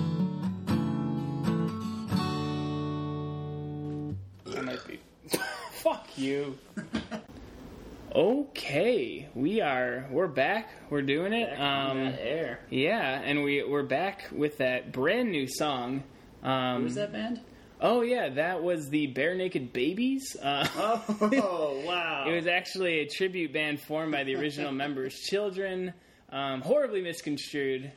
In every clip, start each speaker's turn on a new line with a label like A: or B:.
A: you. Okay, we are we're back. We're doing it. Um,
B: air.
A: yeah, and we we're back with that brand new song. Um,
B: Who's that band?
A: Oh yeah, that was the Bare Naked Babies. Uh,
B: Oh wow!
A: It was actually a tribute band formed by the original members' children. Um, horribly misconstrued.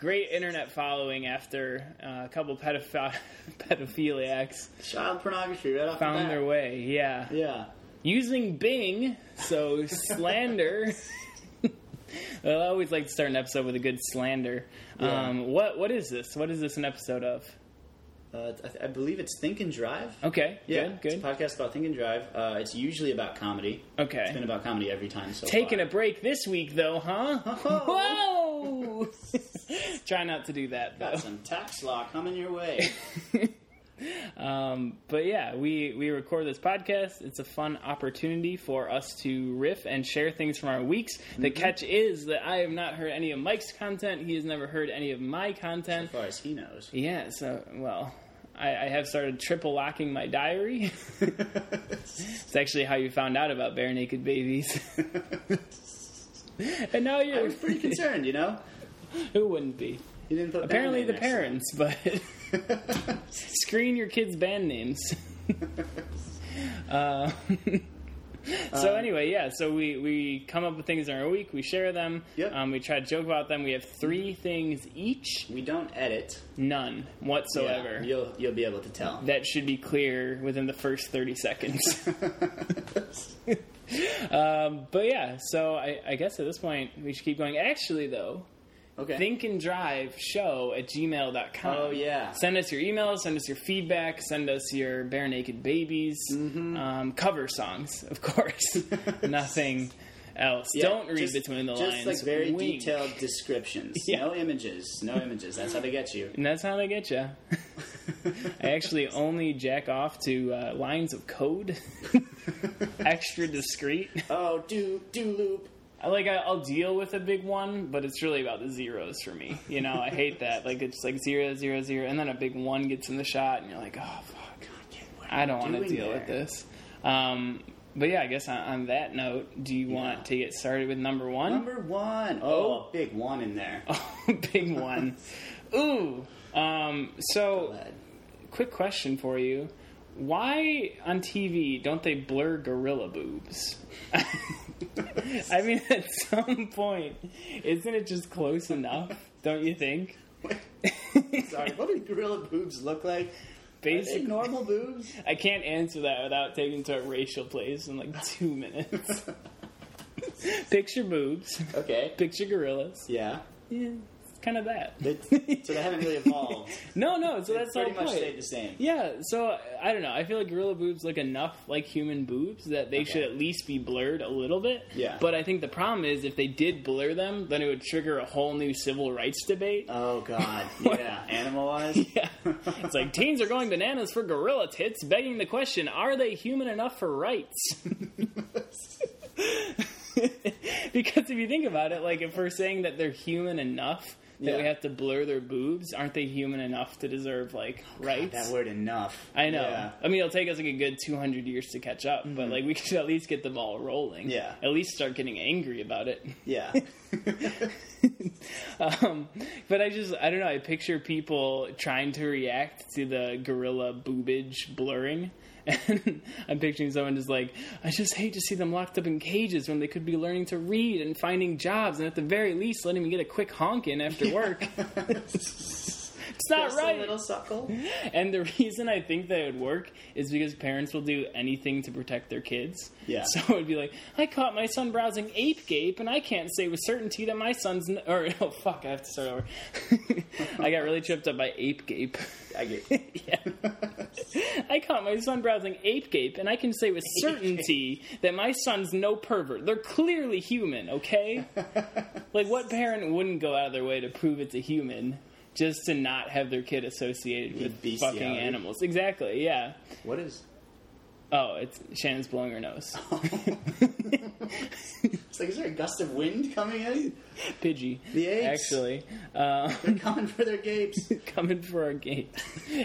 A: Great internet following after uh, a couple pedoph- pedophiliacs
B: child pornography right off
A: found
B: the bat.
A: their way. Yeah,
B: Yeah,
A: using Bing, so slander. I always like to start an episode with a good slander. Um, what what is this? What is this an episode of?
B: uh, I, th- I believe it's Think and Drive.
A: Okay,
B: Yeah,
A: Oh, good,
B: It's
A: good.
B: a podcast about Think and Drive. Uh, it's usually about comedy.
A: Okay,
B: It's been about comedy every time so
A: Taking
B: far.
A: a break this week, though, huh?
B: Oh.
A: Whoa! Try not to do that,
B: Got
A: though.
B: some tax law coming your way.
A: Um, but yeah, we, we record this podcast. It's a fun opportunity for us to riff and share things from our weeks. The
B: Mm-hmm.
A: catch is that I have not heard any of Mike's content. He has never heard any of my
B: as
A: content.
B: far as he knows.
A: Yeah, so, well, I, I have started triple locking my diary. it's actually how you found out about Bare Naked Babies. and now
B: I
A: you're.
B: was pretty concerned, you know.
A: Who wouldn't be?
B: You didn't put
A: Apparently, the
B: band name
A: parents, but
B: next to it.
A: screen your kids' band names. uh, so
B: Um,
A: anyway, yeah. So we we come up with things in our week. We share them.
B: Yep.
A: Um, we try to joke about them. We have three things each.
B: we don't edit.
A: None whatsoever.
B: Yeah, you'll you'll be able to tell.
A: That should be clear within the first thirty seconds. um, but yeah, so I, I guess at this point we should keep going. Actually, though,
B: Okay.
A: think and drive show at gmail.com.
B: Oh, yeah.
A: Send us your emails, send us your feedback, send us your bare naked babies,
B: Mm-hmm.
A: um, cover songs, of course. Nothing else.
B: Yeah,
A: Don't read
B: just-
A: between the
B: just
A: lines.
B: like very
A: Wink.
B: detailed descriptions.
A: Yeah.
B: No images. No images. That's how they get you.
A: And that's how they get you. I actually only jack off to uh, lines of code, extra discreet.
B: oh, do do loop.
A: I like I, I'll deal with a big one, but it's really about the zeros for me. You know, I hate that. Like it's like zero, zero, zero, and then a big one gets in the shot, and you're like, oh fuck,
B: What are
A: I
B: you
A: don't want to
B: doing
A: deal
B: there?
A: with this. Um, but yeah, I guess on, on that note, do you want to get started with number one? Oh,
B: Number one. Oh, a big one in there.
A: big one. Ooh. Um, so,
B: Glad.
A: quick question for you: Why on TV don't they blur gorilla boobs? I mean, at some point, isn't it just close enough? Don't you think?
B: Sorry. What do gorilla boobs look like? Are they
A: Basically,
B: normal boobs?
A: I can't answer that without taking to a racial place in like two minutes. Picture boobs,
B: Okay.
A: picture gorillas.
B: Yeah.
A: Yeah, it's kind of that.
B: They, so they haven't really evolved.
A: No, no. So that's the
B: Pretty
A: whole
B: much
A: point.
B: stayed the same.
A: Yeah, so I don't know. I feel like gorilla boobs look enough like human boobs that they should at least be blurred a little bit.
B: Yeah.
A: But I think the problem is if they did blur them, then it would trigger a whole new civil rights debate.
B: Oh God. Yeah. Animal wise.
A: yeah. It's like teens are going bananas for gorilla tits, begging the question, are they human enough for rights? because if you think about it, like if we're saying that they're human enough that
B: Yeah.
A: we have to blur their boobs, aren't they human enough to deserve like rights?
B: Oh, That word enough.
A: I know.
B: Yeah. Mm-hmm.
A: I mean, it'll take us like a good 200 years to catch up, but like we could at least get the ball rolling.
B: Yeah.
A: At least start getting angry about it.
B: Yeah.
A: Um, but I just, I don't know. I picture people trying to react to the gorilla boobage blurring. And I'm picturing someone just like, I just hate to see them locked up in cages when they could be learning to read and finding jobs, and at the very least, letting them get a quick honk in after work. it's not
B: Just
A: right.
B: a little suckle.
A: And the reason I think that it would work is because parents will do anything to protect their kids.
B: Yeah.
A: So it would be like, I caught my son browsing Ape Gape, and I can't say with certainty that my son's. N- or, oh, fuck, I have to start over. I got really tripped up by Ape Gape.
B: I get.
A: yeah. I caught my son browsing Ape Gape, and I can say with certainty that my son's no pervert. They're clearly human, okay? like, what parent wouldn't go out of their way to prove it's a human? Just to not have their kid associated with
B: bestiality.
A: fucking animals. Exactly, yeah.
B: What is?
A: Oh, it's Shannon's blowing her nose.
B: It's like, is there a gust of wind coming in?
A: Pidgey.
B: The apes.
A: Actually. Uh,
B: They're coming for their gapes.
A: coming for our gate.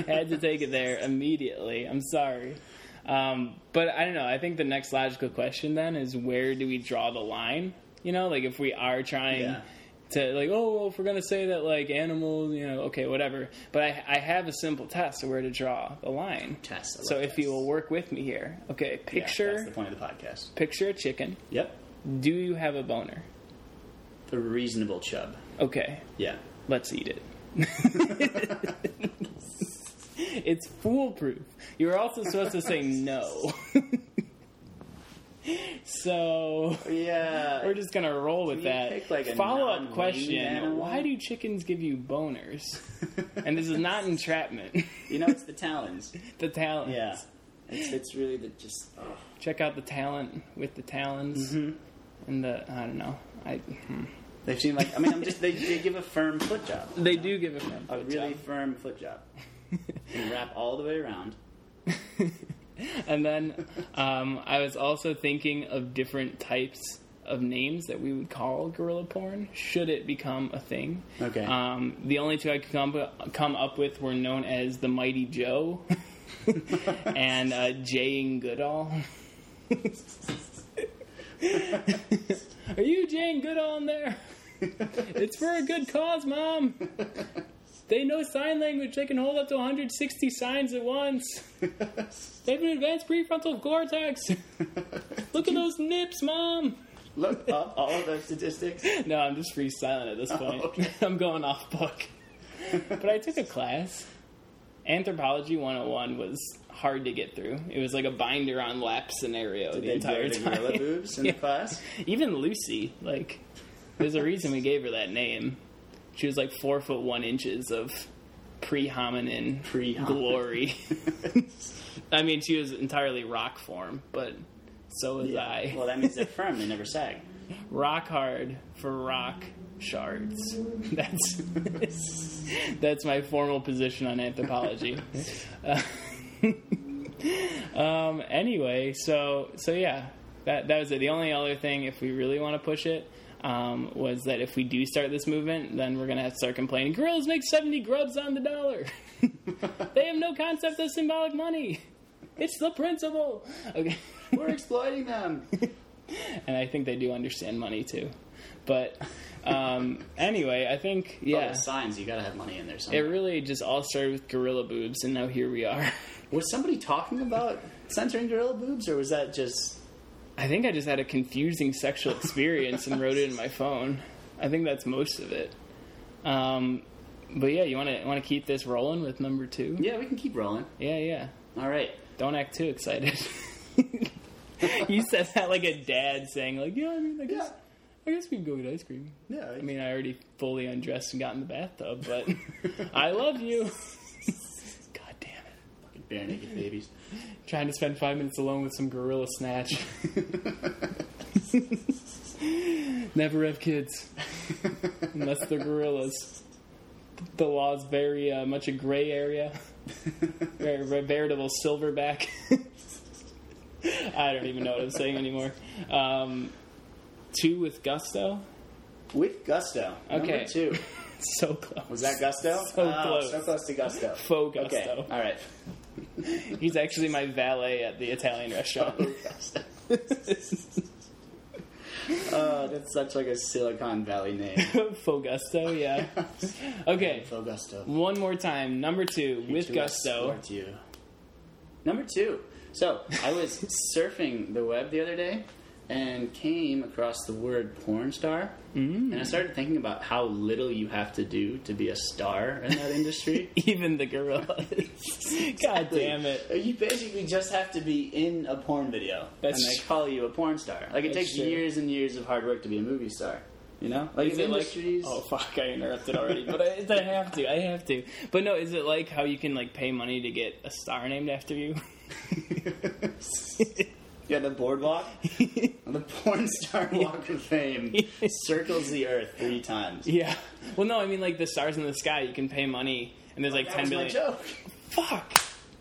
A: Had to take it there immediately. I'm sorry. Um, but I don't know. I think the next logical question then is where do we draw the line? You know, like if we are trying
B: Yeah.
A: to, like, oh, well, if we're going to say that, like, animals, you know, okay, whatever. But I, I have a simple test of where to draw the line.
B: Test, I
A: So
B: love
A: if you
B: tests.
A: will work with me here, okay,
B: Yeah,
A: picture
B: that's the point of the podcast.
A: picture a chicken.
B: Yep.
A: Do you have a boner?
B: The reasonable chub.
A: Okay,
B: Yeah.
A: let's eat it. it's foolproof. You were also supposed to say no. so
B: Yeah.
A: we're just gonna roll with
B: Can you
A: that.
B: pick, like, a
A: Follow up
B: non-winged
A: question:
B: animal?
A: Why do chickens give you boners? and this is not entrapment.
B: you know, it's the talons.
A: the talons.
B: Yeah. It's, it's really the just. Oh.
A: Check out the talent with the talons
B: Mm-hmm.
A: and the I don't know. I hmm.
B: They seem like. I mean, I'm just. They, they give a firm foot job.
A: they do give a man
B: A
A: foot
B: really
A: job.
B: firm foot job. and wrap all the way around.
A: And then um, I was also thinking of different types of names that we would call gorilla porn should it become a thing.
B: Okay.
A: Um, the only two I could come, come up with were known as the Mighty Joe and uh, Jane Goodall. Are you Jane Goodall in there? It's for a good cause, Mom. They know sign language. They can hold up to 160 signs at once. They have an advanced prefrontal cortex. Look at those nips, Mom.
B: Look up all of those statistics.
A: No, I'm just freestyling at this point.
B: Oh, okay.
A: I'm going off book. but I took a class. Anthropology 101 was hard to get through. It was like a binder on lap scenario the
B: They
A: entire
B: blow the gorilla
A: time.
B: boobs in
A: Yeah.
B: the class.
A: Even Lucy, like, there's a reason we gave her that name. She was like four foot one inches of pre-hominin
B: Pre-hominin.
A: glory. I mean, she was entirely rock form, but so was I.
B: Well, that means they're firm. They never sag.
A: rock hard for rock shards. That's that's my formal position on anthropology. Uh, um, anyway, so so yeah, that that was it. The only other thing, if we really want to push it. Um, was that if we do start this movement, then we're gonna have to start complaining. Gorillas make seventy grubs on the dollar. they have no concept of symbolic money. It's the principle. Okay.
B: We're exploiting them.
A: and I think they do understand money too. But um, anyway, I think
B: Yeah.
A: yeah,
B: signs. You gotta have money in there
A: it
B: somewhere.
A: really just all started with gorilla boobs, and now here we are.
B: Was somebody talking about censoring gorilla boobs, or was that just?
A: I think I just had a confusing sexual experience and wrote it in my phone. I think that's most of it. Um, but yeah, you want to want to keep this rolling with number two?
B: Yeah, we can keep rolling.
A: yeah. yeah.
B: All right.
A: Don't act too excited. you said that like a dad saying like, yeah, I mean, I guess I guess we can go get ice cream.
B: Yeah.
A: I mean, I already fully undressed and got in the bathtub, but I love you. God damn it.
B: bare naked babies.
A: Trying to spend five minutes alone with some gorilla snatch. Never have kids unless they're gorillas. The law's very uh, much a gray area, very, very veritable silverback. I don't even know what I'm saying anymore. Um, two with gusto,
B: With gusto.
A: Okay.
B: Number two.
A: so close.
B: Was that gusto?
A: So
B: Oh,
A: close.
B: So close to gusto.
A: Faux gusto.
B: Okay. All right.
A: He's actually my valet at the Italian restaurant.
B: Gusto. Oh, that's such like a Silicon Valley name.
A: Faux gusto, yeah. Okay,
B: Faux gusto.
A: one more time. Number two, with
B: To us or
A: gusto.
B: to you. Number two. So I was surfing the web the other day and came across the word porn star. Mm. And I started thinking about how little you have to do to be a star in that industry.
A: Even the gorillas. God damn it.
B: You basically just have to be in a porn video.
A: That's
B: and they
A: true.
B: call you a porn star. Like it
A: That's
B: takes
A: true.
B: years and years of hard work to be a movie star. You know? Like
A: Is
B: in
A: it like,
B: industries.
A: oh fuck, I interrupted already, but I, I have to, I have to. But no, is it like how you can like pay money to get a star named after you? oh.
B: Yeah, the boardwalk. the porn star walk of fame circles the earth three times.
A: yeah. Well, no, I mean like the stars in the sky. You can pay money, and there's like
B: That
A: ten
B: was my
A: billion.
B: joke.
A: Fuck.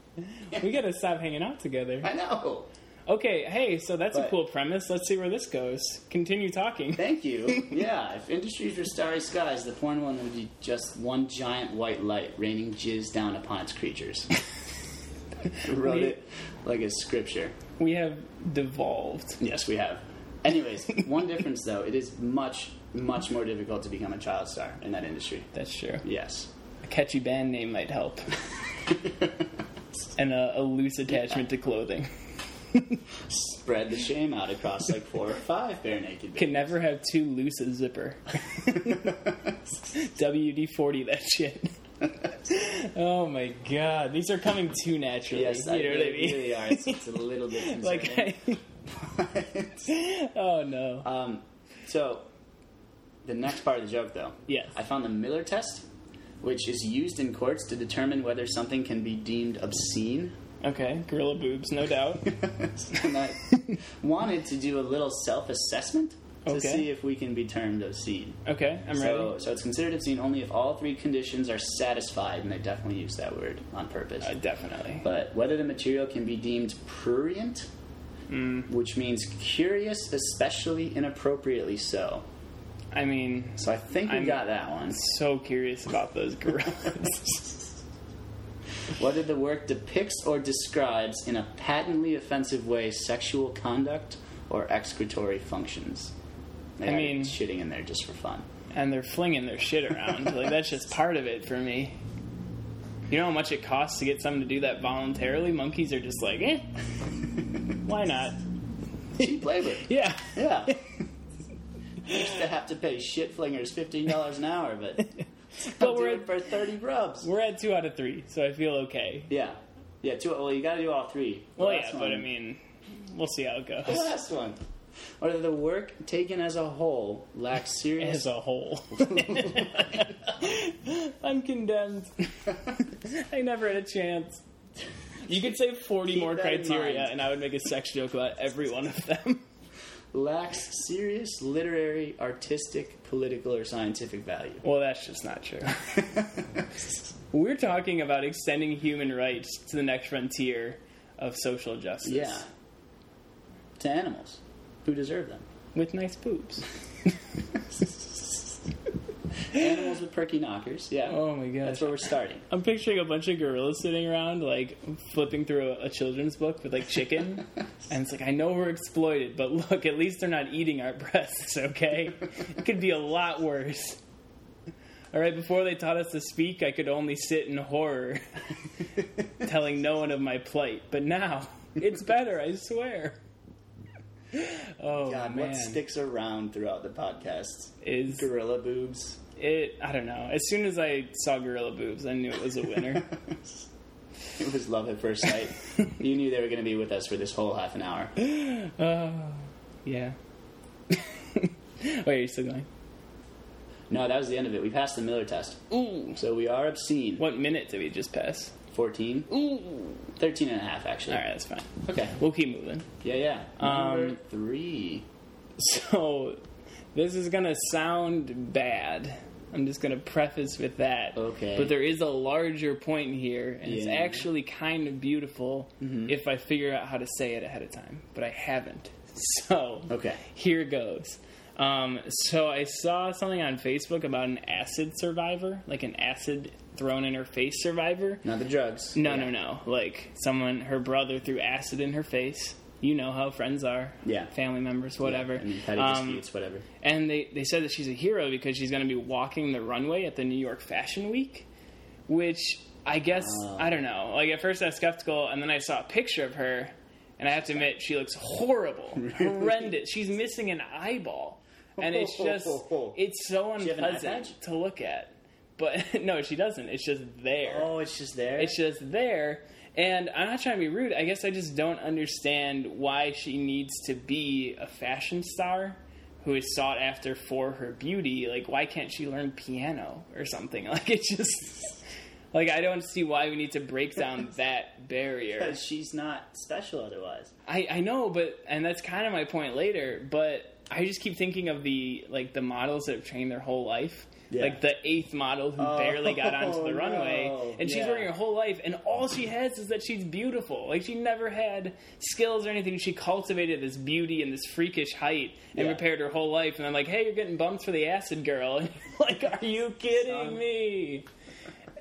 A: we gotta stop hanging out together.
B: I know.
A: Okay, hey, so that's a
B: But-
A: cool premise. Let's see where this goes. Continue talking.
B: Thank you. yeah, if industries were starry skies, the porn one would be just one giant white light raining jizz down upon its creatures. Wrote
A: We-
B: it like a scripture.
A: We have devolved.
B: Yes, we have. Anyways, one difference though, it is much, much more difficult to become a child star in that industry.
A: That's true.
B: Yes.
A: A catchy band name might help. and a, a loose attachment to clothing.
B: Spread the shame out across like four or five bare naked
A: Can never have too loose a zipper. WD 40 that shit. oh my god. These are coming too naturally.
B: Yes,
A: you
B: I
A: know
B: really,
A: what I mean?
B: really are. It's, it's a little bit
A: Like,
B: concerning.
A: oh no.
B: um, so the next part of the joke, though,
A: Yes.
B: I found the Miller test, which is used in courts to determine whether something can be deemed obscene.
A: Okay, gorilla boobs, no doubt.
B: and I wanted to do a little self-assessment to
A: Okay.
B: see if we can be termed obscene.
A: Okay, I'm
B: So,
A: ready.
B: so it's considered obscene only if all three conditions are satisfied, and I definitely use that word on purpose.
A: Uh, definitely.
B: but whether the material can be deemed prurient,
A: Hmm.
B: which means curious, especially inappropriately so.
A: I mean,
B: So I think we
A: I'm-
B: got that one.
A: so curious about those gorillas.
B: Whether the work depicts or describes in a patently offensive way sexual conduct or excretory functions. They
A: I
B: added
A: mean-
B: shitting in there just for fun.
A: and they're flinging their shit around. like, that's just part of it for me. You know how much it costs to get someone to do that voluntarily? Monkeys are just like, eh, why not?
B: Cheap labor.
A: Yeah.
B: Yeah. We used to have to pay shit flingers fifteen dollars an hour, but
A: But
B: I'll do
A: we're
B: it
A: at,
B: for thirty rubs.
A: we're at two out of three, so I feel okay.
B: Yeah, yeah. Two, well, you got to do all three. The
A: Well, yeah,
B: last
A: but I
B: one-
A: mean, we'll see how it
B: the
A: goes
B: last one. Whether the work taken as a whole lacks
A: as
B: serious
A: a whole. I'm condemned. I never had a chance. You could say 40
B: Keep
A: more
B: that in
A: criteria,
B: mind.
A: and I would make a sex joke about every one of them.
B: lacks serious literary, artistic, political, or scientific value.
A: Well, that's just not true. We're talking about extending human rights to the next frontier of social justice.
B: Yeah. To animals who deserve them.
A: With nice boobs.
B: Animals with perky knockers. Yeah.
A: Oh my gosh. Oh,
B: That's where we're starting.
A: I'm picturing a bunch of gorillas sitting around, like flipping through a, a children's book with like chicken. and it's like, I know we're exploited, but look, at least they're not eating our breasts, okay? it could be a lot worse. All right, before they taught us to speak, I could only sit in horror, telling no one of my plight. But now, it's better, I swear. Oh,
B: God,
A: man.
B: what sticks around throughout the podcast?
A: is
B: Gorilla boobs.
A: it? I don't know. As soon as I saw gorilla boobs, I knew it was a winner.
B: It was love at first sight. you knew they were going to be with us for this whole half an hour.
A: Yeah. Wait, are you still going?
B: No, that was the end of it. We passed the Miller test.
A: Ooh.
B: So we are obscene.
A: What minute did we just pass?
B: 14?
A: Ooh.
B: 13 and a half, actually.
A: All right, that's fine.
B: Okay.
A: We'll keep moving.
B: Yeah, yeah.
A: Um,
B: Number three.
A: So, this is gonna sound bad. I'm just gonna preface with that.
B: Okay.
A: But there is a larger point here, and it's
B: Yeah. Mm-hmm.
A: actually kind of beautiful if I figure out how to say it ahead of time. But I haven't. So.
B: Okay.
A: Here goes. Um, so I saw something on Facebook about an acid survivor, like an acid thrown in her face survivor.
B: Not the drugs.
A: No,
B: Yeah.
A: no, no. Like someone, her brother threw acid in her face. You know how friends are.
B: Yeah.
A: Family members, whatever.
B: I mean, petty
A: Um,
B: disputes, whatever.
A: and they, they said that she's a hero because she's going to be walking the runway at the New York Fashion Week, which I guess, I don't know. Like, at first I was skeptical, and then I saw a picture of her, and I have to admit, she looks horrible, horrendous. She's missing an eyeball. And it's just, it's so
B: you have an eye patch?
A: unpleasant to look at. But no, she doesn't. It's just there.
B: Oh, it's just there.
A: It's just there. And I'm not trying to be rude. I guess I just don't understand why she needs to be a fashion star who is sought after for her beauty. Like, why can't she learn piano or something? Like, it's just. Like, I don't see why we need to break down that barrier.
B: Because she's not special otherwise.
A: I, I know, but. And that's kind of my point later, but. I just keep thinking of the like the models that have trained their whole life,
B: Yeah. Oh,
A: like the eighth model who barely got onto the
B: no.
A: runway, and she's
B: Yeah.
A: wearing her whole life, and all she has is that she's beautiful. Like she never had skills or anything. She cultivated this beauty and this freakish height and
B: Yeah.
A: prepared her whole life. And I'm like, hey, you're getting bumps for the acid girl, and you're like, are you kidding me?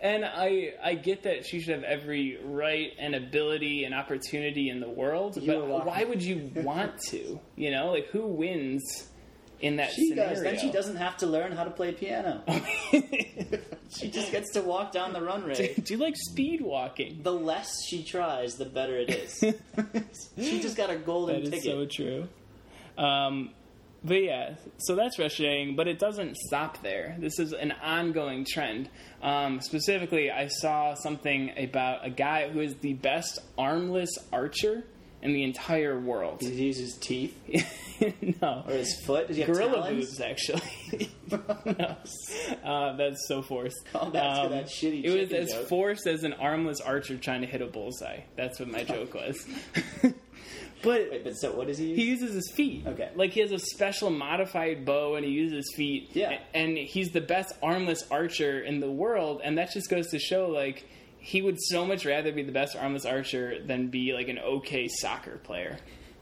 A: And I I get that she should have every right and ability and opportunity in the world,
C: are
A: but
C: welcome.
A: why would you want to? You know, like who wins in that
B: She
A: scenario?
B: does. Then she doesn't have to learn how to play piano. she just gets to walk down the runway.
A: Do you like speed walking?
B: The less she tries, the better it is. she just got a golden
A: That is
B: ticket.
A: so true. Um, but yeah, so that's frustrating, but it doesn't stop there. This is an ongoing trend. Um, specifically, I saw something about a guy who is the best armless archer in the entire world.
B: Did he use his teeth
A: no.
B: or his foot? Did he have
A: Gorilla
B: talons?
A: boobs, actually. No. Uh, that's so forced. Um,
B: Oh, that's good, that shitty
A: It was
B: chicken
A: as
B: joke.
A: forced as an armless archer trying to hit a bullseye. That's what my joke was. but
B: Wait, but so what does he use?
A: he uses his feet.
B: Okay.
A: Like he has a special modified bow and he uses his feet.
B: Yeah.
A: A- And he's the best armless archer in the world, and that just goes to show like he would so much rather be the best armless archer than be like an okay soccer player.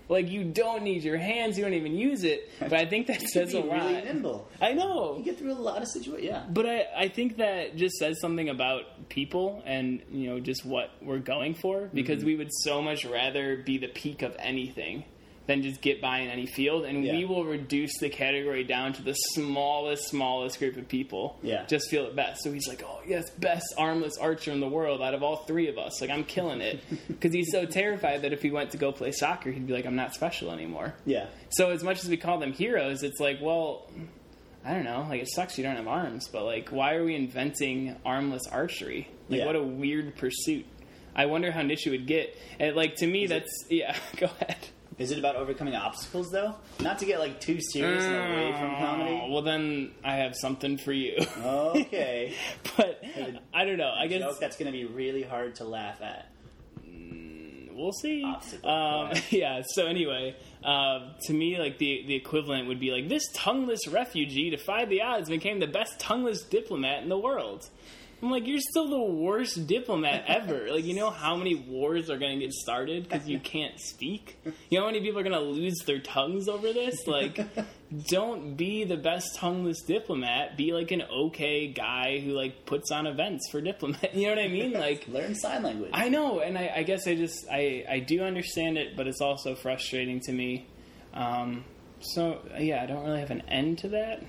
A: Like you don't need your hands, you don't even use it. But I think that
B: He'd
A: says
B: be
A: a lot.
B: really nimble.
A: I know.
B: You get through a lot of situations. Yeah.
A: But I, I think that just says something about people and, you know, just what we're going for
B: Mm-hmm.
A: because we would so much rather be the peak of anything than just get by in any field. And
B: Yeah.
A: we will reduce the category down to the smallest, smallest group of people.
B: Yeah.
A: Just feel it best. So he's like, oh, yes, best armless archer in the world out of all three of us. Like, I'm killing it. Because he's so terrified that if he went to go play soccer, he'd be like, I'm not special anymore.
B: Yeah.
A: So as much as we call them heroes, it's like, well, I don't know. Like it sucks you don't have arms, but like, why are we inventing armless archery? Like,
B: Yeah.
A: what a weird pursuit. I wonder how niche it would get. And like to me, that's yeah. Go ahead.
B: Is it about overcoming obstacles though? Not to get like too serious and away from
A: Oh,
B: comedy. Oh.
A: well, then I have something for you.
B: Okay.
A: but I don't know. I
B: joke
A: guess
B: that's going to be really hard to laugh at.
A: we'll see.
B: Obstacle,
A: Um, yeah. So anyway, uh, to me, like the the equivalent would be like this tongueless refugee defied the odds, and became the best tongueless diplomat in the world. I'm like, you're still the worst diplomat ever. like, you know how many wars are going to get started because you can't speak. You know how many people are going to lose their tongues over this. Like, don't be the best tongueless diplomat. Be like an okay guy who like puts on events for diplomat. You know what I mean? Like,
B: Learn sign language.
A: I know, and I, I guess I just I, I do understand it, but it's also frustrating to me. Um, so yeah, I don't really have an end to that.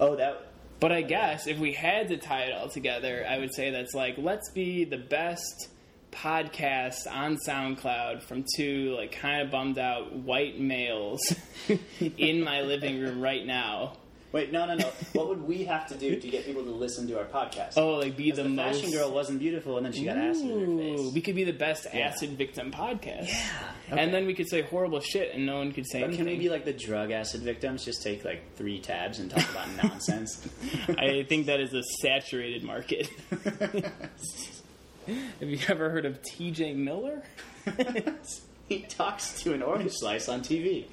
B: oh, that
A: But I guess if we had to tie it all together, I would say that's like let's be the best podcast on SoundCloud from two like kind of bummed out white males in my living room right now.
B: Wait, no, no, no. what would we have to do to get people to listen to our podcast?
A: Oh, like be the,
B: the
A: most
B: fashion girl wasn't beautiful, and then she got acid in her
A: Ooh,
B: face.
A: we could be the best acid victim podcast. Yeah. And then we could say horrible shit and no one could say
B: But
A: anything.
B: can we be like the drug acid victims? Just take like three tabs and talk about nonsense.
A: I think that is a saturated market. Have you ever heard of TJ Miller?
B: he talks to an orange slice on TV.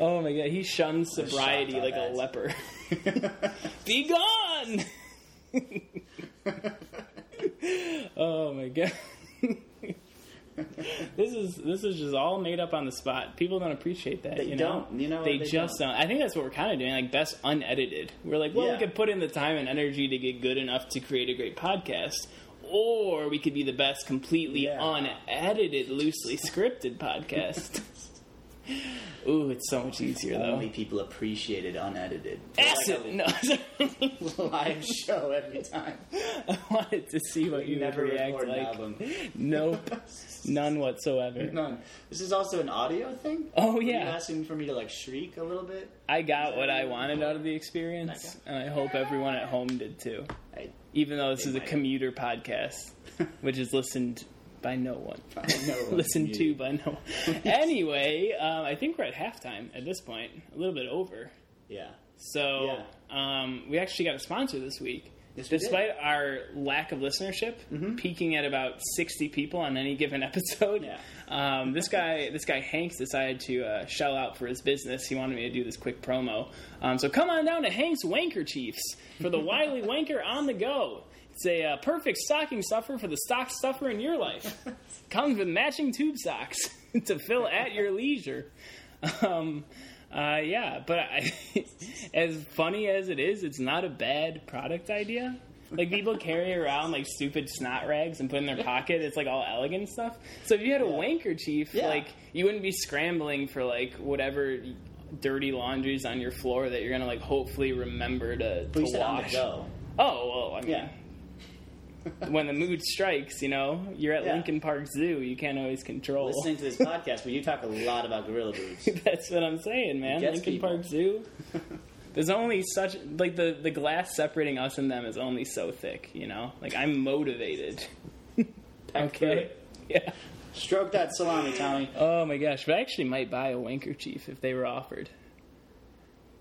A: Oh my god, he shuns sobriety
B: shocked by
A: like a
B: that.
A: leper. Be gone! oh my god. this is this is just all made up on the spot. People don't appreciate that.
B: They
A: you know?
B: don't. You know what?
A: they,
B: They
A: just don't. I think that's what we're kind of doing, like best unedited. We're like, well,
B: Yeah.
A: we could put in the time and energy to get good enough to create a great podcast, or we could be the best completely
B: Yeah.
A: unedited, loosely scripted podcast. Ooh, it's so much easier
B: Only
A: though.
B: people appreciated unedited.
A: Acid.
B: Like
A: No,
B: a live show every time.
A: I wanted to see what you would
B: Never
A: react
B: record an
A: like.
B: album.
A: Nope, none whatsoever.
B: None. This is also an audio thing.
A: Oh
B: Were you
A: yeah,
B: asking for me to like shriek a little bit?
A: I got what I wanted out of the experience,
B: Okay.
A: and I hope everyone at home did too.
B: I,
A: Even though this
B: They
A: is a
B: might.
A: commuter podcast, which is listened by no one.
B: I know.
A: Listened to by no one. anyway, um, I think we're at halftime at this point, a little bit over.
B: Yeah.
A: So um, we actually got a sponsor this week.
B: Yes, we did. Mm-hmm.
A: Despite our lack of listenership, peaking at about sixty people on any given episode,
B: Yeah.
A: um, this guy, this guy Hanks, decided to uh, shell out for his business. He wanted me to do this quick promo. Um, so come on down to Hanks Wanker Chiefs for the Wiley Wanker on the go. It's a uh, perfect stocking stuffer for the stock stuffer in your life. Comes with matching tube socks to fill at your leisure. Um, uh, yeah, but I, as funny as it is, it's not a bad product idea. Like people carry around like stupid snot rags and put in their pocket. It's like all elegant stuff. So if you had a wankerchief,
B: Yeah.
A: like you wouldn't be scrambling for like whatever dirty laundries on your floor that you're gonna like hopefully remember to, to
B: But you said on the
A: wash.
B: go.
A: Oh well, I mean,
B: Yeah.
A: when the mood strikes, you know, you're at
B: Yeah.
A: Lincoln Park Zoo. You can't always control.
B: Listening to this podcast, but you talk a lot about gorilla boobs.
A: That's what I'm saying, man.
B: gets
A: Lincoln
B: people.
A: Park Zoo. There's only such like the the glass separating us and them is only so thick, you know. Like I'm motivated. Okay. Yeah.
B: Stroke that salami, Tommy.
A: Oh my gosh, but I actually might buy a wankerchief if they were offered.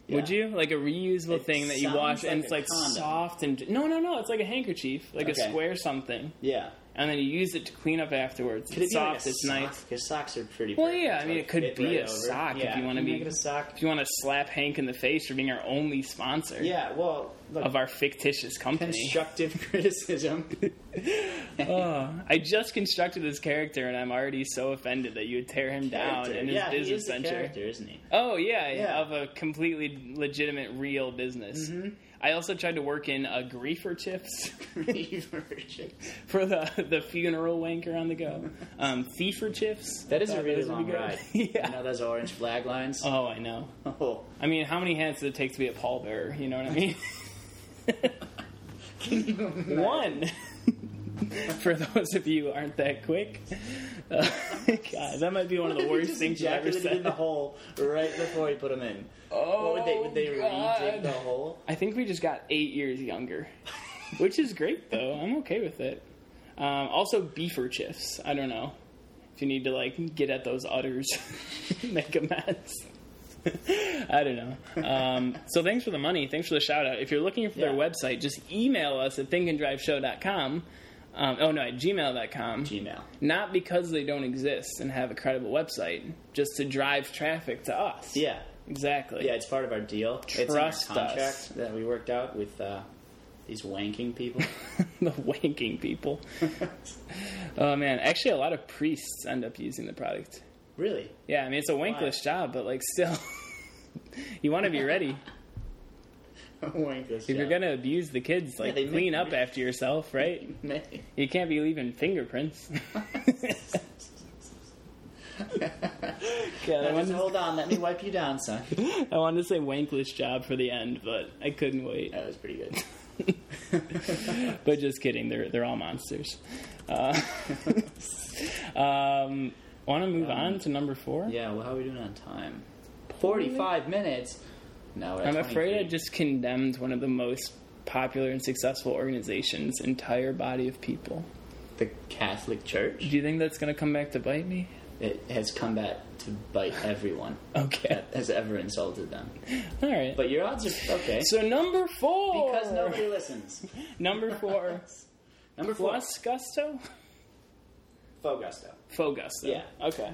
A: Would
B: Yeah.
A: you like a reusable
B: It
A: thing that you
B: sounds
A: wash and
B: like
A: it's
B: a
A: like
B: condom.
A: soft and no no no it's like a handkerchief like
B: Okay.
A: a square something
B: Yeah.
A: and then you use it to clean up afterwards.
B: Could it
A: it's
B: be like
A: soft,
B: a
A: it's
B: sock?
A: nice.
B: Because socks are pretty.
A: Well, yeah,
B: perfect,
A: I mean,
B: like,
A: it could
B: fit
A: be
B: right
A: a
B: over.
A: sock if
B: Yeah,
A: you wanna
B: can
A: be-
B: make it a sock.
A: If you want to slap Hank in the face for being our only sponsor
B: Yeah. Well, look,
A: of our fictitious company.
B: constructive criticism.
A: Oh, I just constructed this character and I'm already so offended that you would tear him down
B: Character.
A: in his
B: yeah, he
A: business
B: is a
A: venture.
B: character, isn't he?
A: Oh yeah,
B: Yeah. Mm-hmm.
A: of a completely legitimate real business. I also tried to work in a griefer chips for the the funeral wanker on the go. Um, thiefer chips.
B: That is
A: Uh,
B: a really
A: those would be
B: long
A: good.
B: ride. You
A: yeah.
B: know those orange flag lines?
A: Oh, I know.
B: Oh.
A: I mean, how many hands does it take to be a pallbearer? You know what I mean? One. For those of you who aren't that quick, uh, God, that might be one of the worst
B: Just
A: things you ever
B: ejaculated in the
A: said.
B: hole right before he put them in.
A: Oh,
B: What would they, would they
A: God.
B: redig the hole?
A: I think we just got eight years younger, which is great though. I'm okay with it. Um, also, beefer chips. I don't know if you need to like get at those udders, make a mess. I don't know. Um, so thanks for the money. Thanks for the shout out. If you're looking for their
B: Yeah.
A: website, just email us at thinkanddriveshow.com. Um, oh no, at gmail.com.
B: Gmail.
A: Not because they don't exist and have a credible website, just to drive traffic to us.
B: Yeah.
A: Exactly.
B: Yeah, it's part of our deal. it's in our
A: Trust us.
B: contract that we worked out with uh, these wanking people.
A: the wanking people. oh man, actually, a lot of priests end up using the product.
B: really?
A: Yeah, I mean it's a wankless job, but like still, you want to be ready if
B: Wankers.
A: you're gonna abuse the kids. Like
B: they make
A: clean up
B: re-
A: after yourself, right?
B: gonna.
A: You can't be leaving fingerprints. God, I wanted,
B: Just
A: to,
B: hold on, let me wipe you down, son.
A: I wanted to say wankless job for the end, but I couldn't wait.
B: That was pretty good.
A: But just kidding, they're they're all monsters. Uh, um, want to move on to number four?
B: Yeah, well, how are we doing on time? 45 minutes? No, we're at
A: I'm afraid I
B: 23.
A: just condemned one of the most popular and successful organizations' entire body of people.
B: The Catholic Church?
A: Do you think that's going to come back to bite me?
B: It has come back to bite everyone
A: Okay.
B: that has ever insulted them.
A: All right.
B: But your odds are okay.
A: so number four.
B: because nobody listens.
A: Number four.
B: Number four.
A: Plus Gusto?
B: Faux gusto.
A: Faux Gusto.
B: Yeah.
A: Okay.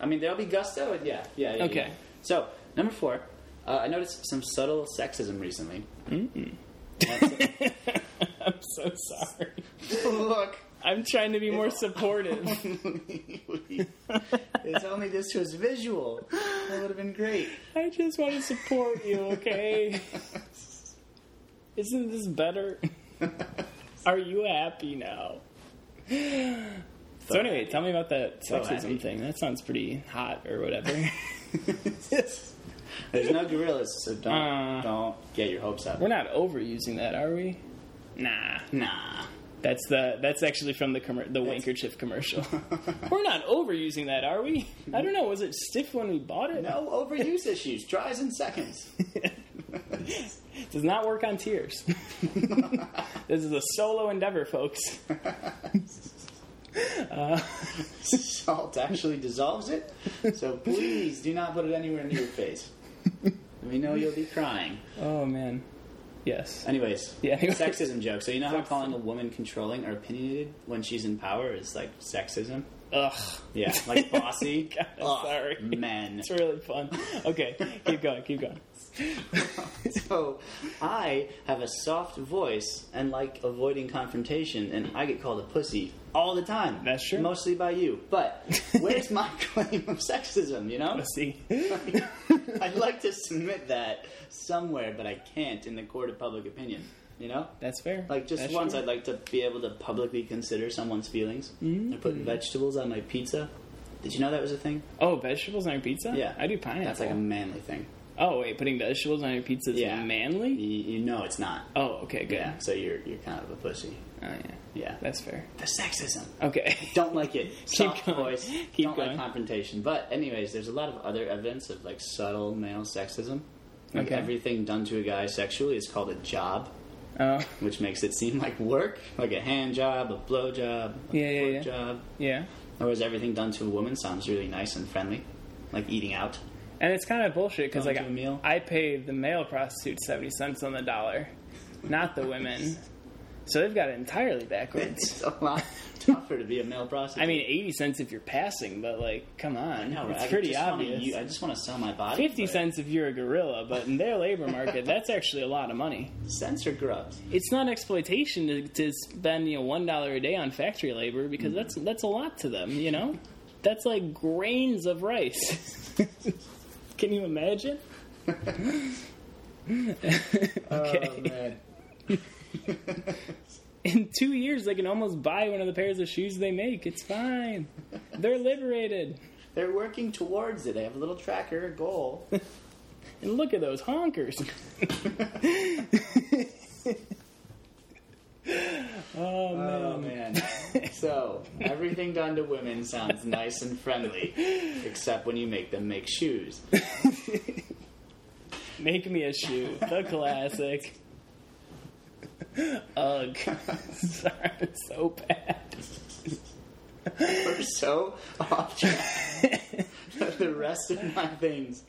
B: I mean, there'll be gusto. Yeah, yeah, yeah.
A: Okay.
B: yeah. So, number four, uh, I noticed some subtle sexism recently. Mm-mm.
A: I'm so sorry.
B: Look.
A: I'm trying to be more supportive.
B: it's only this was visual. That would have been great.
A: I just want to support you, okay? Isn't this better? Are you happy now? So anyway, tell me about that
B: So happy.
A: sexism thing. That sounds pretty hot or whatever.
B: There's no gorillas, so don't
A: Uh.
B: don't get your hopes up.
A: We're not overusing that, are we? Nah.
B: Nah.
A: That's the that's actually from the commer the Wankerchief commercial. We're not overusing that, are we? I don't know. Was it stiff when we bought it?
B: No overuse issues. Tries in seconds.
A: Does not work on tears. this is a solo endeavor, folks.
B: Salt actually dissolves it, so please do not put it anywhere near your face. We know you'll be crying.
A: Oh man. Yes.
B: Anyways,
A: Yeah, anyway.
B: sexism joke. So you know how calling a woman controlling or opinionated when she's in power is like sexism?
A: Ugh.
B: Yeah, like bossy.
A: God, I'm
B: Ugh,
A: sorry.
B: men.
A: It's really fun. Okay, keep going, keep going.
B: So I have a soft voice and like avoiding confrontation, and I get called a pussy all the time.
A: That's true.
B: Mostly by you. But where's my claim of sexism? You know,
A: Let's see.
B: I'd like to submit that somewhere, but I can't in the court of public opinion. You know,
A: That's fair.
B: like just
A: That's
B: once,
A: true.
B: I'd like to be able to publicly consider someone's feelings.
A: Mm-hmm.
B: I put vegetables on my pizza. Did you know that was a thing?
A: Oh, vegetables on your pizza?
B: Yeah.
A: I do pineapple.
B: That's like a manly thing.
A: Oh wait, putting vegetables on your pizza is
B: Yeah. You,
A: manly.
B: you know it's not.
A: Oh, okay, good.
B: Yeah. So you're you're kind of a pussy.
A: Oh yeah,
B: Yeah.
A: that's fair.
B: the sexism.
A: Okay.
B: Don't like it. Soft
A: going.
B: voice.
A: Keep
B: Don't
A: going.
B: like confrontation. But anyways, there's a lot of other evidence of like subtle male sexism. Like
A: Okay.
B: everything done to a guy sexually is called a job,
A: Oh
B: which makes it seem like work, like a hand job, a blow job, a
A: Yeah, yeah,
B: foot
A: yeah.
B: job.
A: yeah,
B: Whereas everything done to a woman sounds really nice and friendly, like eating out.
A: and it's kind of bullshit because
B: Going
A: like
B: to a meal?
A: I pay the male prostitute seventy cents on the dollar, not the women. So they've got it entirely backwards.
B: It's a lot tougher to be a male prostitute.
A: I mean, eighty cents if you're passing, but like, come
B: I
A: on,
B: know, right?
A: it's
B: I
A: pretty
B: just wanna
A: obvious.
B: u- I just want to sell my body.
A: Fifty
B: but
A: cents if you're a gorilla, but in their labor market, that's actually a lot of money.
B: Cents or grubs?
A: it's not exploitation to, to spend you know one dollar a day on factory labor because that's that's a lot to them. You know, that's like grains of rice. Can you imagine?
B: Oh, man.
A: In two years, they can almost buy one of the pairs of shoes they make. It's fine. They're liberated.
B: They're working towards it. They have a little tracker, a goal.
A: And look at those honkers. oh man.
B: Oh man. so, everything done to women sounds nice and friendly, except when you make them make shoes.
A: Make me a shoe. The classic. Ugh. Sorry, it's so bad.
B: We're so off track that the rest of my things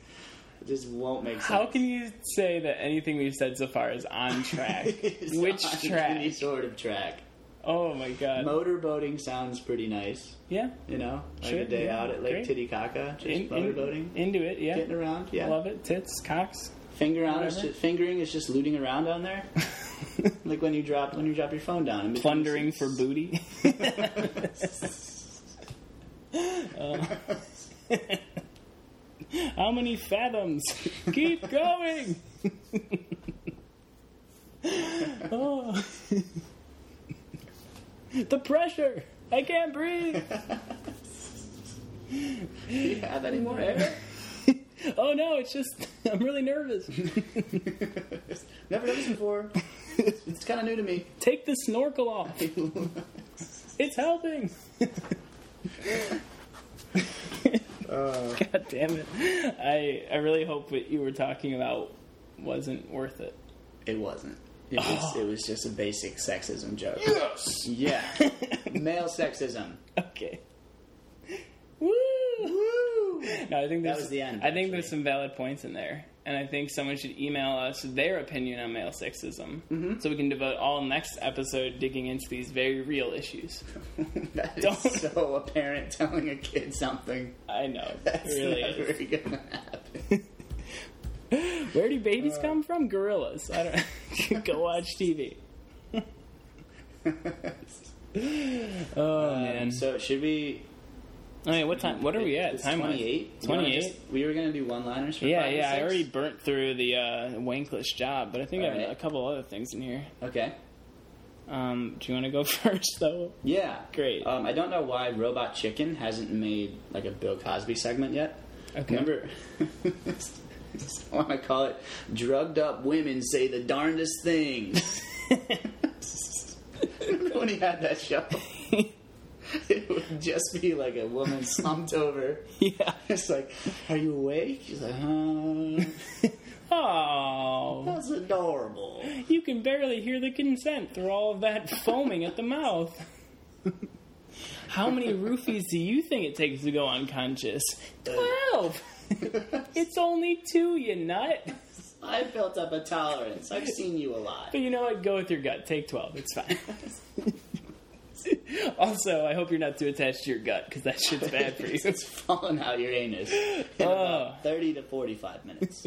B: just won't make sense.
A: How can you say that anything we've said so far is on track?
B: It's
A: Which
B: not Any
A: track?
B: sort of track.
A: Oh my god.
B: Motorboating sounds pretty nice,
A: yeah.
B: you know? Like
A: Sure,
B: a day
A: yeah,
B: out at
A: great.
B: Lake Titicaca, just
A: In- in-
B: motorboating,
A: into it, yeah.
B: getting around, yeah.
A: Love it. Tits, cocks.
B: Finger on is
A: Whatever.
B: just, fingering is just looting around on there. like when you drop when you drop your phone down. and
A: Plundering for booty. Uh, how many fathoms? Keep going. oh. the pressure. I can't breathe.
B: Do you have any more air?
A: Oh no, it's just I'm really nervous.
B: Never done this before. It's kind of new to me.
A: Take the snorkel off. It's helping.
B: Uh.
A: God damn it. I I really hope what you were talking about wasn't worth it.
B: It wasn't. It was,
A: Oh.
B: it was just a basic sexism joke. Yeah. Male sexism.
A: Okay. Woo! Woo! No, I think
B: That
A: there's-
B: was the end,
A: I think there's
B: actually.
A: some valid points in there, and I think someone should email us their opinion on male sexism,
B: Mm-hmm.
A: so we can devote all next episode digging into these very real issues.
B: That is
A: Don't-
B: so apparent telling a kid something.
A: I know, it
B: That's
A: really. is.
B: never gonna happen.
A: Where do
B: Uh,
A: babies come from? Gorillas. I don't. Go watch TV. oh man.
B: Um, So should we?
A: Oh yeah. What time? What are we at?
B: It's
A: Time
B: Twenty-eight.
A: Twenty eight.
B: We were gonna do one-liners. For
A: Yeah,
B: five and
A: yeah. I
B: six?
A: already burnt through the uh, wankless job, but I think I have
B: Alright.
A: a couple other things in here.
B: Okay.
A: Um, do you want to go first though?
B: Yeah.
A: Great.
B: Um, I don't know why Robot Chicken hasn't made like a Bill Cosby segment yet.
A: Okay.
B: Remember, I want to call it "Drugged Up Women Say the Darndest Things." Remember when he had that show? it would just be like a woman slumped over.
A: Yeah.
B: It's like, "Are you awake?" She's like, "Huh."
A: Oh,
B: That's adorable.
A: you can barely hear the consent through all of that foaming at the mouth. How many roofies do you think it takes to go unconscious? Twelve. it's only two, you nut.
B: I've built up a tolerance. I've seen you a lot.
A: But you know what? Go with your gut. Take 12. It's fine. also, I hope you're not too attached to your gut because that shit's bad for you.
B: It's falling out your anus in
A: Oh.
B: about 30 to 45 minutes.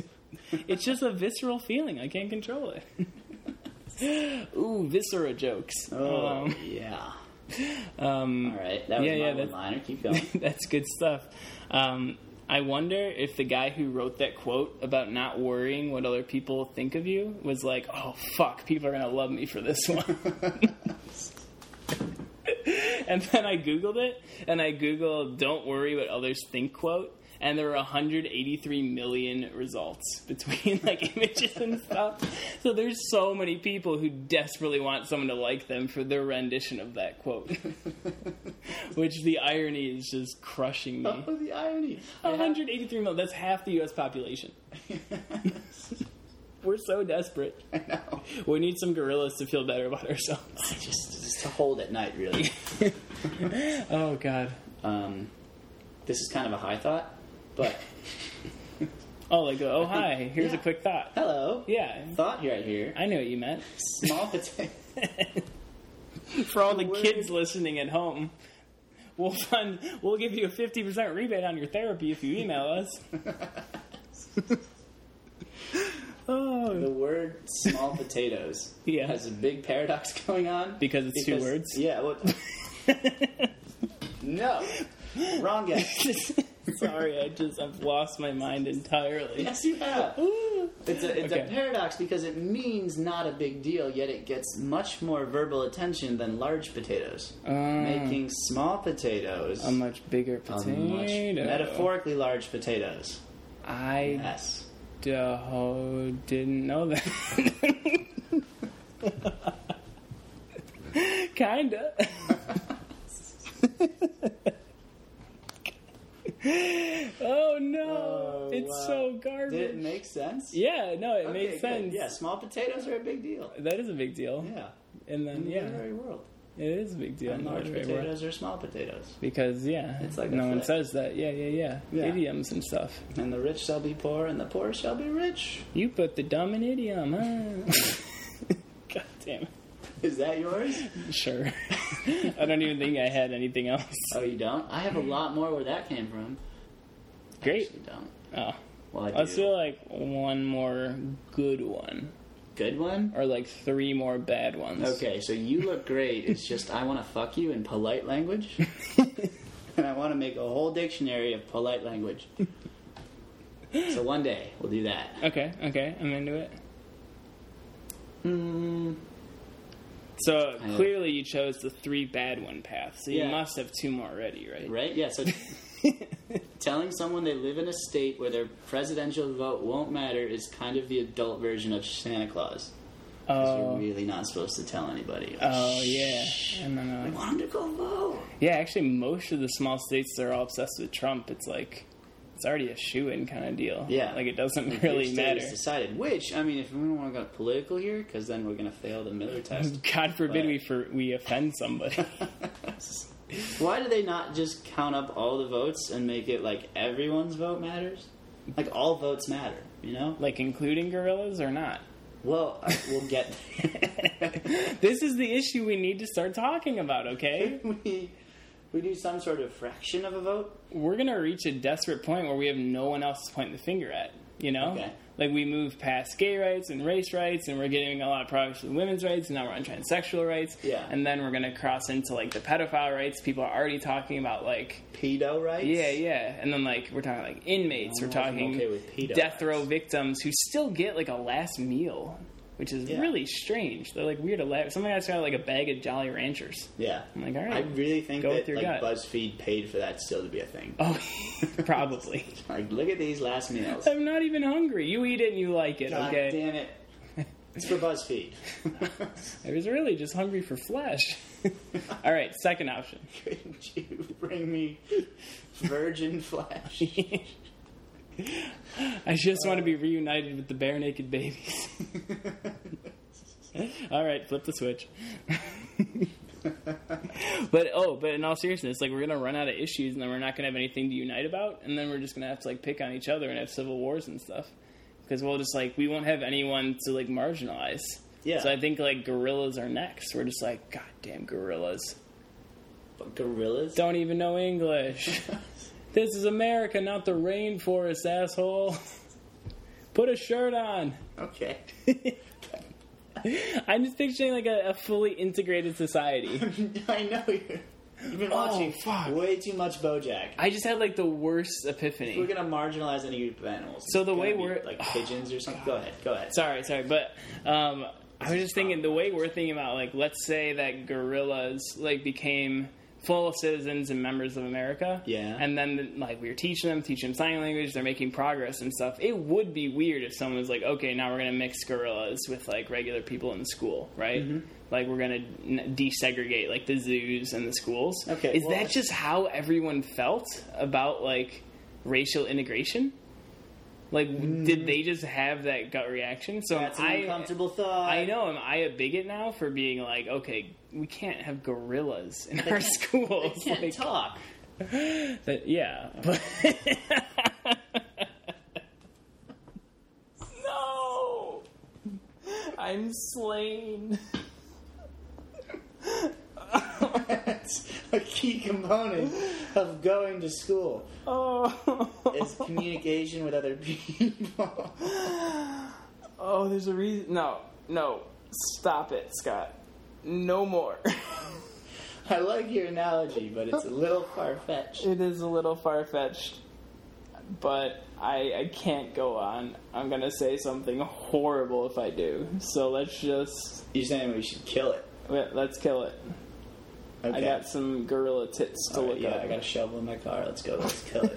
A: It's just a visceral feeling. I can't control it. Ooh, viscera jokes.
B: Oh,
A: Um,
B: yeah.
A: um,
B: All right. That was
A: yeah, yeah,
B: my
A: that's-
B: one liner. Keep going.
A: that's good stuff. Um, I wonder if the guy who wrote that quote about not worrying what other people think of you was like, oh, fuck, people are going to love me for this one. and then I Googled it, and I Googled, don't worry what others think quote. And there were 183 million results between like images and stuff. So there's so many people who desperately want someone to like them for their rendition of that quote, which the irony is just crushing me.
B: Oh, the irony. I have-
A: 183 million. That's half the U.S. population. We're so desperate.
B: I know.
A: We need some gorillas to feel better about ourselves.
B: Just, just to hold at night, really.
A: Oh God.
B: Um, this is kind of a high thought, but
A: Oh, like oh hi. Here's
B: yeah.
A: a quick thought.
B: hello.
A: Yeah,
B: Thought right here.
A: I know what you meant.
B: Small potato.
A: For all the
B: Word.
A: kids listening at home, we'll fund. We'll give you a 50% rebate on your therapy if you email us. oh,
B: The word small potatoes
A: Yeah.
B: has a big paradox going on.
A: Because it's two words?
B: Yeah. Well, no. Wrong guess.
A: sorry. I just I've lost my mind entirely.
B: Yes, you have.
A: Ooh.
B: It's, a, it's
A: Okay.
B: a paradox because it means not a big deal, yet it gets much more verbal attention than large potatoes.
A: Um,
B: Making small potatoes
A: Mm. A much bigger
B: a
A: potato.
B: much metaphorically large potatoes.
A: I
B: Yes.
A: do- didn't know that. Kinda. oh no!
B: Oh,
A: it's
B: wow.
A: so
B: Did it
A: garbage.
B: make sense?
A: Yeah, no, it
B: Okay,
A: made
B: good.
A: sense.
B: Yeah, small potatoes are a big deal.
A: That is a big deal.
B: Yeah.
A: And then,
B: In
A: yeah,
B: the literary world.
A: it is a big deal. in
B: And
A: the
B: large
A: literary world.
B: potatoes are small potatoes.
A: Because, yeah,
B: It's like a
A: no one
B: flick.
A: says that. Yeah, yeah, yeah,
B: Yeah.
A: Idioms and stuff.
B: And the rich shall be poor, and the poor shall be rich.
A: You put the dumb in idiom, huh? God damn
B: Is that yours?
A: it. Sure. I don't even think I had anything else.
B: Oh, you don't? I have a lot more where that came from. I
A: Great.
B: actually don't.
A: Oh.
B: Well, I do.
A: Let's do like one more good one,
B: Good one?
A: or like three more bad ones.
B: Okay, so you look great. It's just I want to fuck you in polite language. and I want to make a whole dictionary of polite language. so one day, we'll do that.
A: Okay, okay, I'm into it.
B: Mm,
A: So
B: I-
A: clearly you chose the three bad one path, so you
B: Yeah.
A: must have two more already, right?
B: right? Yeah, so telling someone they live in a state where their presidential vote won't matter is kind of the adult version of Santa Claus. 'Cause
A: Oh,
B: You're really not supposed to tell anybody. Like,
A: oh yeah.
B: "Shh,
A: And then,
B: I
A: uh,
B: want 'em to go vote.
A: Yeah, actually, most of the small states they're all obsessed with Trump. It's like it's already a shoe in kind of deal.
B: Yeah.
A: like it doesn't
B: Like,
A: really
B: each state
A: matter.
B: is Decided. Which I mean, if we don't want to go political here, because then we're going to fail the Miller test.
A: God forbid
B: But-
A: we for, we offend somebody.
B: Why do they not just count up all the votes and make it like everyone's vote matters? Like all votes matter, you know?
A: like including gorillas or not.
B: Well, I- we'll get
A: This is the issue we need to start talking about. Okay,
B: we we do some sort of fraction of a vote.
A: we're gonna reach a desperate point where we have no one else to point the finger at. You know,
B: Okay.
A: like we move past gay rights and race rights, and we're getting a lot of progress with women's rights, and now we're on transsexual rights.
B: Yeah.
A: and then we're gonna cross into like the pedophile rights. People are already talking about like.
B: Pedo rights.
A: Yeah, yeah. And then like we're talking like inmates, we're
B: I don't know if I'm
A: talking
B: okay with pedo
A: death
B: rights.
A: row victims who still get like a last meal, which is
B: Yeah.
A: really strange. They're like weird. Ala- Somebody else got like a bag of Jolly Ranchers.
B: Yeah.
A: I'm like, all
B: I
A: right,
B: really think
A: Go with
B: that
A: your
B: like
A: gut.
B: BuzzFeed paid for that still to be a thing.
A: oh, probably.
B: Like, look at these last meals.
A: I'm not even hungry. You eat it and you like it.
B: God
A: okay,
B: damn it. It's for BuzzFeed.
A: I was really just hungry for flesh. all right, second option.
B: Couldn't you bring me virgin flesh?
A: I just want to be reunited with the bare naked babies. all right, flip the switch. but oh, but in all seriousness, like we're gonna run out of issues, and then we're not gonna have anything to unite about, and then we're just gonna have to like pick on each other and have civil wars and stuff. Because we'll just like we won't have anyone to like marginalize.
B: Yeah.
A: So I think like gorillas are next. We're just like goddamn gorillas.
B: But gorillas?
A: Don't even know English. this is America, not the rainforest, asshole. Put a shirt on.
B: Okay.
A: I'm just picturing like a, a fully integrated society.
B: I know you. You've been
A: Oh,
B: watching
A: fuck.
B: way too much BoJack.
A: I just had like the worst
B: We're
A: epiphany.
B: gonna marginalize any group of animals.
A: So the
B: It's
A: way
B: gonna be
A: we're- Oh,
B: like pigeons or something. Go ahead, go ahead.
A: Sorry, sorry, but um, I was
B: is
A: just thinking the way we're thinking about like let's say that gorillas like became full citizens and members of America.
B: Yeah.
A: And then like we were teaching them, teaching them sign language, they're making progress and stuff. It would be weird if someone was like, okay, now we're gonna mix gorillas with like regular people in school, right?
B: Mm-hmm.
A: Like we're gonna n- desegregate like the zoos and the schools.
B: Okay,
A: Is
B: well,
A: that just how everyone felt about like racial integration? Like, did they just have that gut reaction? So
B: That's an
A: I,
B: uncomfortable thought.
A: I know. Am I a bigot now for being like, okay, we can't have gorillas in our schools?
B: They can't
A: Like,
B: talk.
A: that- yeah, but no, I'm slain.
B: That's a key component of going to school
A: Oh,
B: is communication with other people.
A: oh, there's a reason. No, no, stop it, Scott. No more.
B: I like your analogy, but it's a little far fetched.
A: It is a little far fetched, but I, I can't go on. I'm gonna say something horrible if I do. So let's just
B: You're saying we should kill it.
A: wait, let's kill it.
B: Okay.
A: I got some gorilla tits to
B: All right,
A: look
B: yeah,
A: up.
B: I got a shovel in my car. Let's go. Let's kill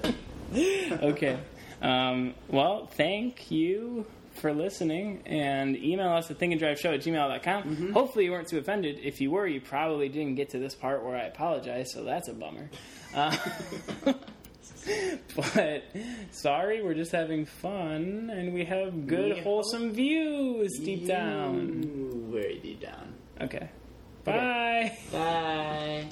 B: it.
A: okay. Um, well, thank you for listening and email us at thinkanddriveshow at gmail.com. Hopefully, you weren't too offended. If you were, you probably didn't get to this part where I apologize, so that's a bummer. Uh, but sorry, we're just having fun and we have good,
B: Yeah.
A: wholesome views deep down.
B: Ooh, Very deep down.
A: Okay. Bye.
B: Bye.